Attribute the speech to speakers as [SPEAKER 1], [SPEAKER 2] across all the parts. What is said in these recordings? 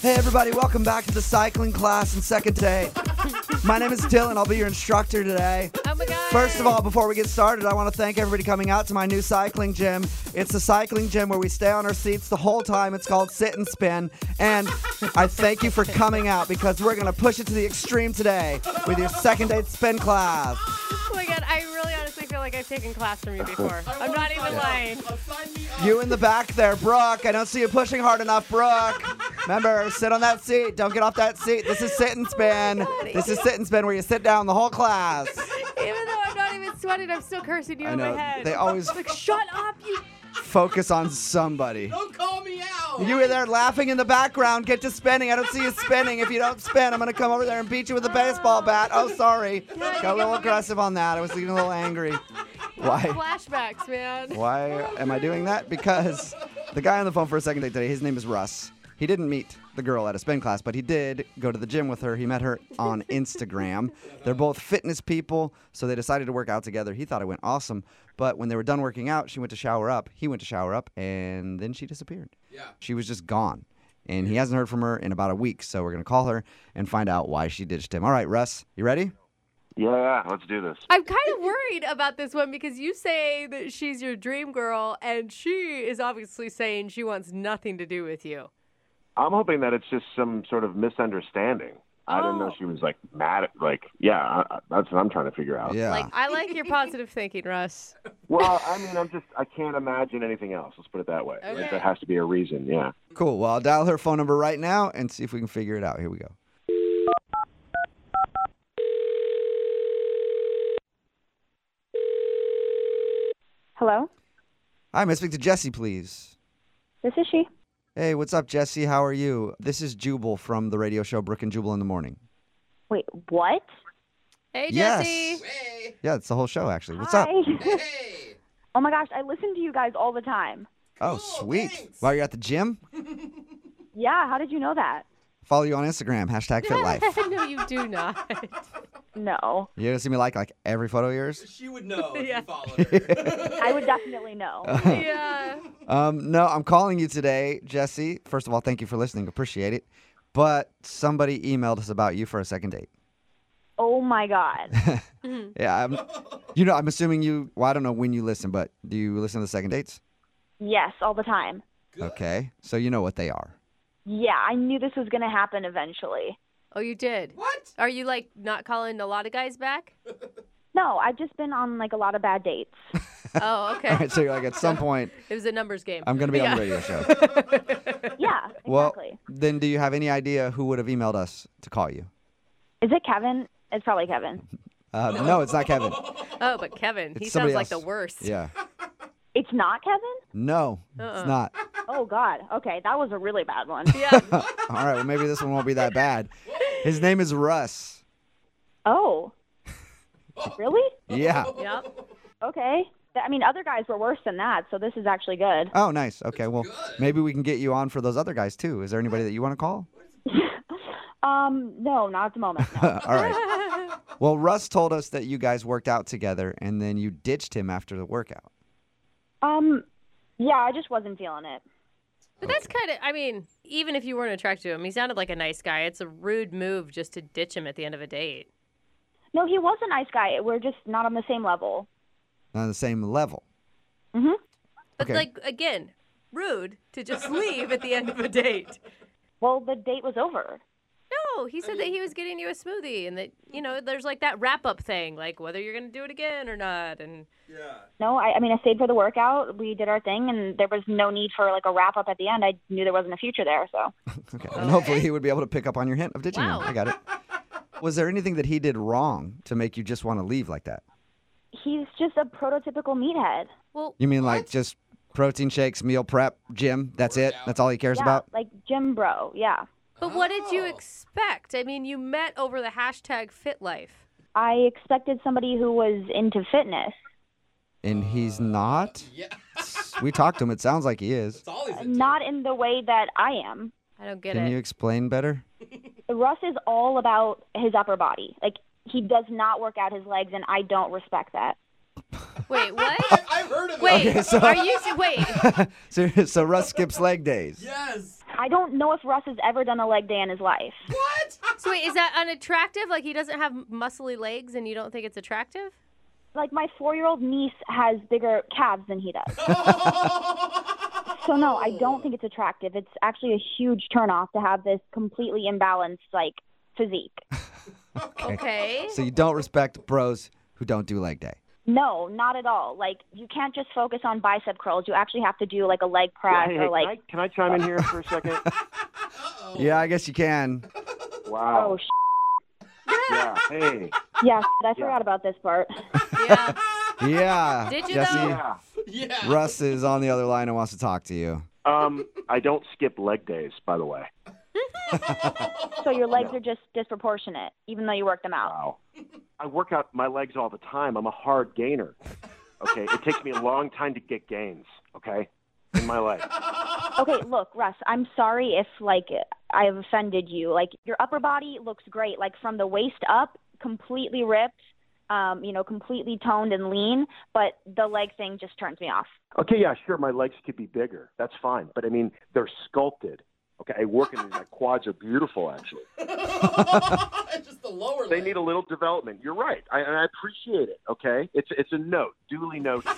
[SPEAKER 1] Hey, everybody, welcome back to the cycling class and second day. My name is Dylan. I'll be your instructor today.
[SPEAKER 2] Oh my god.
[SPEAKER 1] First of all, before we get started, I want to thank everybody coming out to my new cycling gym. It's a cycling gym where we stay on our seats the whole time. It's called Sit and Spin. And I thank you for coming out because we're going to push it to the extreme today with your second date spin class.
[SPEAKER 2] Oh my god, I really honestly feel like I've taken class from you before. I'm not even lying.
[SPEAKER 3] Oh,
[SPEAKER 1] You in the back there, Brooke. I don't see you pushing hard enough, Brooke. Remember, sit on that seat. Don't get off that seat. This is
[SPEAKER 2] Oh
[SPEAKER 1] sit and spin. This is sit and spin where you sit down the whole class.
[SPEAKER 2] Even though I'm not even sweating, I'm still cursing you
[SPEAKER 1] I
[SPEAKER 2] in my
[SPEAKER 1] know.
[SPEAKER 2] head.
[SPEAKER 1] They always
[SPEAKER 2] like, shut up, you
[SPEAKER 1] focus on somebody.
[SPEAKER 3] Don't call me out.
[SPEAKER 1] You were there laughing in the background. Get to spinning. I don't see you spinning. If you don't spin, I'm gonna come over there and beat you with a baseball bat. Oh, sorry. Got a little aggressive on that. I was getting a little angry. Why?
[SPEAKER 2] flashbacks, man.
[SPEAKER 1] Why am I doing that? Because the guy on the phone for a second date today, his name is Russ. He didn't meet the girl at a spin class, but he did go to the gym with her. He met her on Instagram. They're both fitness people, so they decided to work out together. He thought it went awesome, but when they were done working out, she went to shower up. He went to shower up, and then she disappeared.
[SPEAKER 3] Yeah.
[SPEAKER 1] She was just gone. And he hasn't heard from her in about a week, so we're going to call her and find out why she ditched him. All right, Russ, you ready?
[SPEAKER 4] Yeah, let's do this.
[SPEAKER 2] I'm kind of worried about this one because you say that she's your dream girl, and she is obviously saying she wants nothing to do with you.
[SPEAKER 4] I'm hoping that it's just some sort of misunderstanding. I didn't know
[SPEAKER 2] Oh.
[SPEAKER 4] she was like mad at like yeah. I, I- that's what I'm trying to figure out.
[SPEAKER 1] Yeah.
[SPEAKER 2] Like, I like your positive thinking, Russ.
[SPEAKER 4] Well, I mean, I'm just I can't imagine anything else. Let's put it that way. Like,
[SPEAKER 2] Okay.
[SPEAKER 4] there has to be a reason. Yeah.
[SPEAKER 1] cool. Well, I'll dial her phone number right now and see if we can figure it out. Here we go.
[SPEAKER 5] Hello,
[SPEAKER 1] Hi, may I speak to Jesse, please?
[SPEAKER 5] this is she.
[SPEAKER 1] Hey, what's up, Jesse? How are you? This is Jubal from the radio show Brook and Jubal in the Morning.
[SPEAKER 5] Wait, what?
[SPEAKER 2] Hey,
[SPEAKER 1] Yes.
[SPEAKER 2] Jesse.
[SPEAKER 3] Hey.
[SPEAKER 1] Yeah, it's the whole show, actually. What's
[SPEAKER 5] Hi.
[SPEAKER 1] up?
[SPEAKER 3] Hey.
[SPEAKER 5] oh my gosh, I listen to you guys all the time.
[SPEAKER 1] Oh, sweet. While you're at the gym,
[SPEAKER 5] Yeah, how did you know that?
[SPEAKER 1] follow you on Instagram, hashtag FitLife.
[SPEAKER 2] no, you do not.
[SPEAKER 5] No,
[SPEAKER 1] You're going to see me like like every photo of yours?
[SPEAKER 3] She would know if
[SPEAKER 2] Yeah.
[SPEAKER 3] you followed her.
[SPEAKER 5] I would definitely know.
[SPEAKER 2] yeah.
[SPEAKER 1] Um, no, I'm calling you today, Jesse. First of all, thank you for listening. Appreciate it. But somebody emailed us about you for a second date.
[SPEAKER 5] oh my god.
[SPEAKER 1] Yeah, I'm, you know, I'm assuming you. Well, I don't know when you listen, but do you listen to the second dates?
[SPEAKER 5] Yes, all the time.
[SPEAKER 1] Okay, so you know what they are.
[SPEAKER 5] Yeah, I knew this was gonna happen eventually.
[SPEAKER 2] Oh, you did.
[SPEAKER 3] what?
[SPEAKER 2] Are you like not calling a lot of guys back?
[SPEAKER 5] No, I've just been on like a lot of bad dates.
[SPEAKER 2] Oh, okay.
[SPEAKER 1] All right, so you're like, at some point,
[SPEAKER 2] It was a numbers game.
[SPEAKER 1] I'm gonna be on
[SPEAKER 2] Yeah.
[SPEAKER 1] the radio show.
[SPEAKER 5] Yeah,
[SPEAKER 1] Well,
[SPEAKER 5] exactly.
[SPEAKER 1] then, do you have any idea who would have emailed us to call you?
[SPEAKER 5] Is it Kevin? It's probably Kevin.
[SPEAKER 1] Uh, no, it's not Kevin.
[SPEAKER 2] Oh, but Kevin, he
[SPEAKER 1] It's
[SPEAKER 2] sounds
[SPEAKER 1] somebody
[SPEAKER 2] like the
[SPEAKER 1] else.
[SPEAKER 2] worst.
[SPEAKER 1] Yeah,
[SPEAKER 5] It's not Kevin?
[SPEAKER 1] no, it's not.
[SPEAKER 5] Oh god. Okay, that was a really bad one.
[SPEAKER 2] Yeah.
[SPEAKER 1] All right, well, maybe this one won't be that bad. His name is Russ.
[SPEAKER 5] Oh. Really?
[SPEAKER 1] Yeah.
[SPEAKER 2] yep.
[SPEAKER 5] Okay. Th- I mean, other guys were worse than that, so this is actually good.
[SPEAKER 1] Oh, nice. Okay, well, maybe we can get you on for those other guys too. Is there anybody that you want to call?
[SPEAKER 5] Um, no, not at the moment. No.
[SPEAKER 1] All right. Well, Russ told us that you guys worked out together and then you ditched him after the workout.
[SPEAKER 5] Um, yeah, I just wasn't feeling it.
[SPEAKER 2] But that's kind of, I mean, even if you weren't attracted to him, he sounded like a nice guy. It's a rude move just to ditch him at the end of a date.
[SPEAKER 5] No, he was a nice guy. We're just not on the same level.
[SPEAKER 1] On the same level.
[SPEAKER 2] But,
[SPEAKER 1] Okay.
[SPEAKER 2] like, again, rude to just leave at the end of a date.
[SPEAKER 5] Well, the date was over.
[SPEAKER 2] No, he said that he was getting you a smoothie and that, you know, there's like that wrap up thing, like whether you're going to do it again or not. And
[SPEAKER 3] Yeah.
[SPEAKER 5] No, I, I mean, I stayed for the workout. We did our thing, and there was no need for like a wrap up at the end. I knew there wasn't a future there, so.
[SPEAKER 1] Okay. And hopefully he would be able to pick up on your hint of ditching
[SPEAKER 2] Wow.
[SPEAKER 1] him. I got it. Was there anything that he did wrong to make you just want to leave like that?
[SPEAKER 5] He's just a prototypical meathead.
[SPEAKER 2] well,
[SPEAKER 1] You mean like just protein shakes, meal prep, gym. That's it. That's all he cares
[SPEAKER 5] yeah,
[SPEAKER 1] about.
[SPEAKER 5] like gym bro. Yeah.
[SPEAKER 2] But what did you
[SPEAKER 3] Oh.
[SPEAKER 2] expect? I mean, you met over the hashtag FitLife.
[SPEAKER 5] I expected somebody who was into fitness.
[SPEAKER 1] And he's not.
[SPEAKER 3] Yeah.
[SPEAKER 1] We talked to him. It sounds like he is.
[SPEAKER 3] It's all he's into.
[SPEAKER 5] Not in the way that I am.
[SPEAKER 2] I don't get
[SPEAKER 1] Can
[SPEAKER 2] it.
[SPEAKER 1] you explain better?
[SPEAKER 5] Russ is all about his upper body. Like he does not work out his legs and I don't respect that.
[SPEAKER 2] Wait, what?
[SPEAKER 3] I- I've heard of
[SPEAKER 2] Wait,
[SPEAKER 3] this.
[SPEAKER 2] are you wait?
[SPEAKER 1] So, so Russ skips leg days.
[SPEAKER 3] Yes.
[SPEAKER 5] I don't know if Russ has ever done a leg day in his life.
[SPEAKER 3] What?
[SPEAKER 2] So wait, is that unattractive? Like he doesn't have muscly legs, and you don't think it's attractive?
[SPEAKER 5] Like my 4-year-old niece has bigger calves than he does. So no, I don't think it's attractive. It's actually a huge turnoff to have this completely imbalanced like physique.
[SPEAKER 2] Okay.
[SPEAKER 1] So you don't respect bros who don't do leg day.
[SPEAKER 5] No, not at all. Like you can't just focus on bicep curls. You actually have to do like a leg press
[SPEAKER 4] Hey, hey,
[SPEAKER 5] or like
[SPEAKER 4] can, I, can I chime in here for a second?
[SPEAKER 1] Yeah, I guess you can.
[SPEAKER 4] Wow.
[SPEAKER 5] oh sh-
[SPEAKER 4] yeah. Hey.
[SPEAKER 5] yeah, shit, I forgot about this part.
[SPEAKER 2] Yeah.
[SPEAKER 1] Yeah.
[SPEAKER 2] Did you
[SPEAKER 1] Jesse,
[SPEAKER 2] though?
[SPEAKER 4] Yeah.
[SPEAKER 3] Yeah.
[SPEAKER 1] Russ is on the other line and wants to talk to you.
[SPEAKER 4] Um, I don't skip leg days, by the way.
[SPEAKER 5] So your legs are just disproportionate, even though you work them out.
[SPEAKER 4] Wow. I work out my legs all the time. I'm a hard gainer. Okay. It takes me a long time to get gains. Okay. In my life. Uh,
[SPEAKER 5] Okay, look, Russ, I'm sorry if like I have offended you. Like your upper body looks great, like from the waist up, completely ripped, um, you know, completely toned and lean. But the leg thing just turns me off.
[SPEAKER 4] Okay, yeah, sure, my legs could be bigger. That's fine. But I mean, they're sculpted. Okay, I work in these. My quads are beautiful, actually.
[SPEAKER 3] Just the lower
[SPEAKER 4] They
[SPEAKER 3] leg.
[SPEAKER 4] need a little development. You're right. I, and I appreciate it. Okay, it's it's a note, duly noted.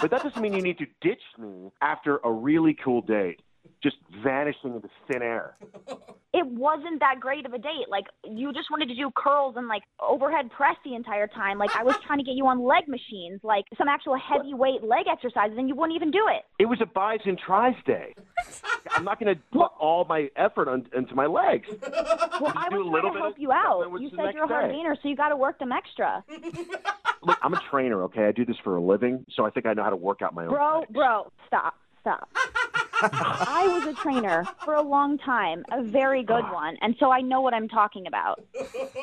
[SPEAKER 4] but that doesn't mean you need to ditch me after a really cool date, just vanishing into thin air.
[SPEAKER 5] it wasn't that great of a date. Like you just wanted to do curls and like overhead press the entire time. Like I was trying to get you on leg machines, like some actual heavyweight leg exercises, and you wouldn't even do it.
[SPEAKER 4] It was a buys and tries day. I'm not going to put all my effort on, into my legs.
[SPEAKER 5] Well, I
[SPEAKER 4] do
[SPEAKER 5] was
[SPEAKER 4] a
[SPEAKER 5] trying
[SPEAKER 4] little
[SPEAKER 5] to
[SPEAKER 4] bit
[SPEAKER 5] help
[SPEAKER 4] of
[SPEAKER 5] you
[SPEAKER 4] stuff,
[SPEAKER 5] out.
[SPEAKER 4] then what's
[SPEAKER 5] You
[SPEAKER 4] the
[SPEAKER 5] said
[SPEAKER 4] next
[SPEAKER 5] you're a hard
[SPEAKER 4] day?
[SPEAKER 5] gainer, so you got to work them extra.
[SPEAKER 4] Look, I'm a trainer. Okay, I do this for a living, so I think I know how to work out my own.
[SPEAKER 5] Bro,
[SPEAKER 4] legs.
[SPEAKER 5] bro, stop, stop. I was a trainer for a long time, a very good
[SPEAKER 4] Ah.
[SPEAKER 5] one, and so I know what I'm talking about.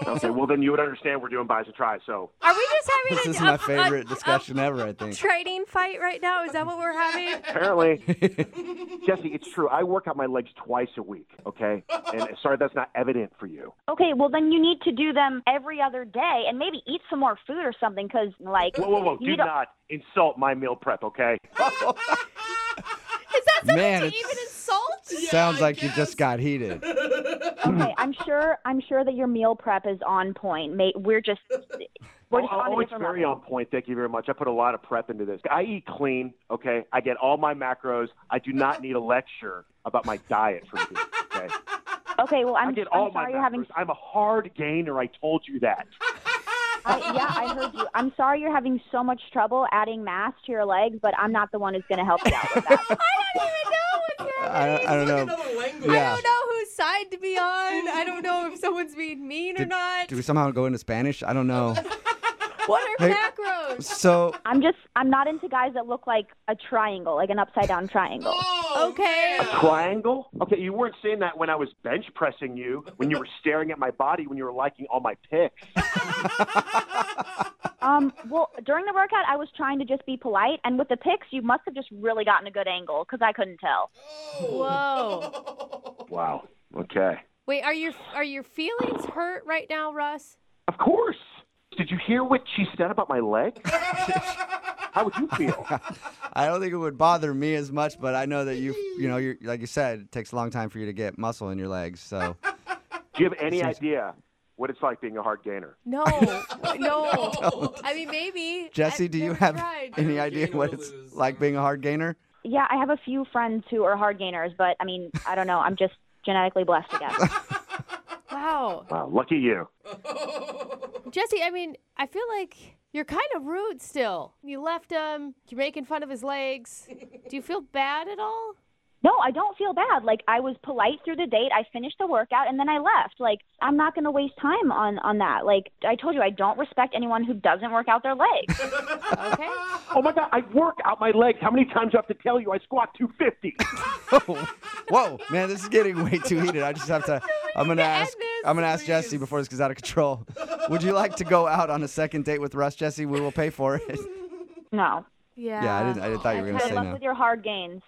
[SPEAKER 4] Okay, well then you would understand we're doing buys and tries. So
[SPEAKER 2] Are we just having
[SPEAKER 1] This
[SPEAKER 2] a,
[SPEAKER 1] is
[SPEAKER 2] a-
[SPEAKER 1] my
[SPEAKER 2] a-
[SPEAKER 1] favorite
[SPEAKER 2] a
[SPEAKER 1] discussion ever, I think.
[SPEAKER 2] trading fight right now? Is that what we're having?
[SPEAKER 4] Apparently, Jesse, it's true. I work out my legs twice a week. Okay, and sorry that's not evident for you.
[SPEAKER 5] Okay, well then you need to do them every other day, and maybe eat some more food or something, because like
[SPEAKER 4] Whoa, whoa, whoa!
[SPEAKER 5] you
[SPEAKER 4] Do
[SPEAKER 5] need a-
[SPEAKER 4] not insult my meal prep. Okay.
[SPEAKER 2] Is that something
[SPEAKER 1] Man,
[SPEAKER 2] to
[SPEAKER 1] it's-
[SPEAKER 2] even insult?
[SPEAKER 1] Sounds
[SPEAKER 3] I
[SPEAKER 1] like you just
[SPEAKER 3] guess.
[SPEAKER 1] got heated.
[SPEAKER 5] Okay, I'm sure. I'm sure that your meal prep is on point. Mate, we're just we're
[SPEAKER 4] Oh,
[SPEAKER 5] just on
[SPEAKER 4] oh,
[SPEAKER 5] a
[SPEAKER 4] it's
[SPEAKER 5] different
[SPEAKER 4] very
[SPEAKER 5] level.
[SPEAKER 4] on point. Thank you very much. I put a lot of prep into this. I eat clean. Okay, I get all my macros. I do not need a lecture about my diet from you. Okay,
[SPEAKER 5] Okay, well, I'm,
[SPEAKER 4] I
[SPEAKER 5] I'm
[SPEAKER 4] get all my
[SPEAKER 5] sorry
[SPEAKER 4] macros.
[SPEAKER 5] you're having.
[SPEAKER 4] I'm a hard gainer. I told you that.
[SPEAKER 5] I, yeah, I heard you. I'm sorry you're having so much trouble adding mass to your legs, but I'm not the one who's going to help you out with that.
[SPEAKER 2] I don't even know what's happening.
[SPEAKER 1] I, I don't know.
[SPEAKER 3] Another language.
[SPEAKER 1] Yeah.
[SPEAKER 2] I don't know whose side to be on. I don't know if someone's being mean or not.
[SPEAKER 1] Do we somehow go into Spanish? I don't know.
[SPEAKER 2] What are
[SPEAKER 1] Hey.
[SPEAKER 2] macros?
[SPEAKER 1] So
[SPEAKER 5] I'm just. I'm not into guys that look like a triangle, like an upside down triangle.
[SPEAKER 3] Oh,
[SPEAKER 2] Okay.
[SPEAKER 3] man.
[SPEAKER 4] Triangle? Okay, you weren't saying that when I was bench pressing you, when you were staring at my body, when you were liking all my pics.
[SPEAKER 5] Um, well, during the workout, I was trying to just be polite, and with the pics, you must have just really gotten a good angle because I couldn't tell.
[SPEAKER 2] Whoa.
[SPEAKER 4] Wow. Okay.
[SPEAKER 2] Wait, are your are your feelings hurt right now, Russ?
[SPEAKER 4] Of course. Did you hear what she said about my leg? How would you feel?
[SPEAKER 1] I don't think it would bother me as much, but I know that you, you know, you're, like you said, it takes a long time for you to get muscle in your legs. So
[SPEAKER 4] Do you have any idea what it's like being a hard gainer?
[SPEAKER 2] No, no. I mean, maybe.
[SPEAKER 1] Jesse,
[SPEAKER 2] I've
[SPEAKER 1] do you
[SPEAKER 2] never
[SPEAKER 1] have
[SPEAKER 2] tried.
[SPEAKER 1] any idea
[SPEAKER 3] gain or
[SPEAKER 1] what it's
[SPEAKER 3] lose.
[SPEAKER 1] like being a hard gainer?
[SPEAKER 5] Yeah, I have a few friends who are hard gainers, but I mean, I don't know. I'm just genetically blessed, I guess.
[SPEAKER 2] Wow,
[SPEAKER 4] Wow, lucky you.
[SPEAKER 2] Jesse. I mean, I feel like you're kind of rude still. You left him. You're making fun of his legs. Do you feel bad at all?
[SPEAKER 5] No, I don't feel bad. Like I was polite through the date. I finished the workout and then I left. Like I'm not going to waste time on on that. Like I told you I don't respect anyone who doesn't work out their legs.
[SPEAKER 2] Okay.
[SPEAKER 4] Oh my God, I work out my legs. How many times do I have to tell you I squat 250?
[SPEAKER 1] Whoa, man, this is getting way too heated. I just have to. I'm gonna
[SPEAKER 2] end
[SPEAKER 1] ask.
[SPEAKER 2] this,
[SPEAKER 1] I'm gonna ask Jesse
[SPEAKER 2] please.
[SPEAKER 1] before this gets out of control. Would you like to go out on a second date with Russ, Jesse? We will pay for it.
[SPEAKER 5] No.
[SPEAKER 2] Yeah.
[SPEAKER 1] Yeah, I didn't. I didn't- thought you were gonna
[SPEAKER 5] Good
[SPEAKER 1] say
[SPEAKER 5] luck
[SPEAKER 1] no.
[SPEAKER 5] with your hard gains.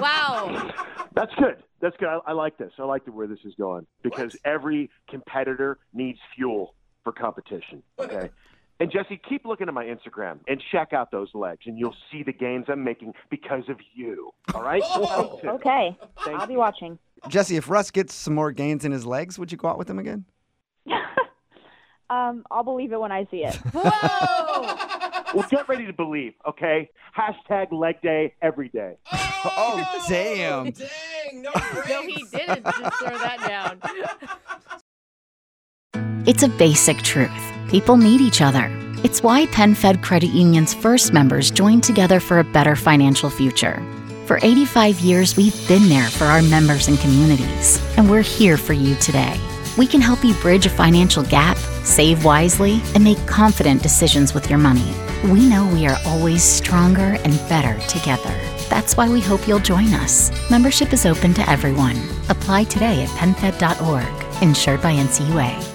[SPEAKER 2] Wow.
[SPEAKER 4] That's good. That's good. I, I like this. I like the, where this is going because every competitor needs fuel for competition. Okay. and Jesse, keep looking at my Instagram and check out those legs, and you'll see the gains I'm making because of you. All right.
[SPEAKER 3] Oh.
[SPEAKER 5] Okay.
[SPEAKER 4] Thank
[SPEAKER 5] I'll be
[SPEAKER 4] you.
[SPEAKER 5] watching.
[SPEAKER 1] Jesse, if Russ gets some more gains in his legs, would you go out with him again?
[SPEAKER 5] um, I'll believe it when I see it.
[SPEAKER 2] Whoa.
[SPEAKER 4] Well, get ready to believe. Okay. Hashtag leg day every day.
[SPEAKER 1] Oh, damn.
[SPEAKER 3] Dang, no
[SPEAKER 2] no, he
[SPEAKER 3] brakes.
[SPEAKER 2] didn't just throw that down.
[SPEAKER 6] It's a basic truth. People need each other. It's why PenFed Credit Union's first members joined together for a better financial future. For 85 years, we've been there for our members and communities, and we're here for you today. We can help you bridge a financial gap, save wisely, and make confident decisions with your money. We know we are always stronger and better together. That's why we hope you'll join us. Membership is open to everyone. Apply today at penfed.org, insured by NCUA.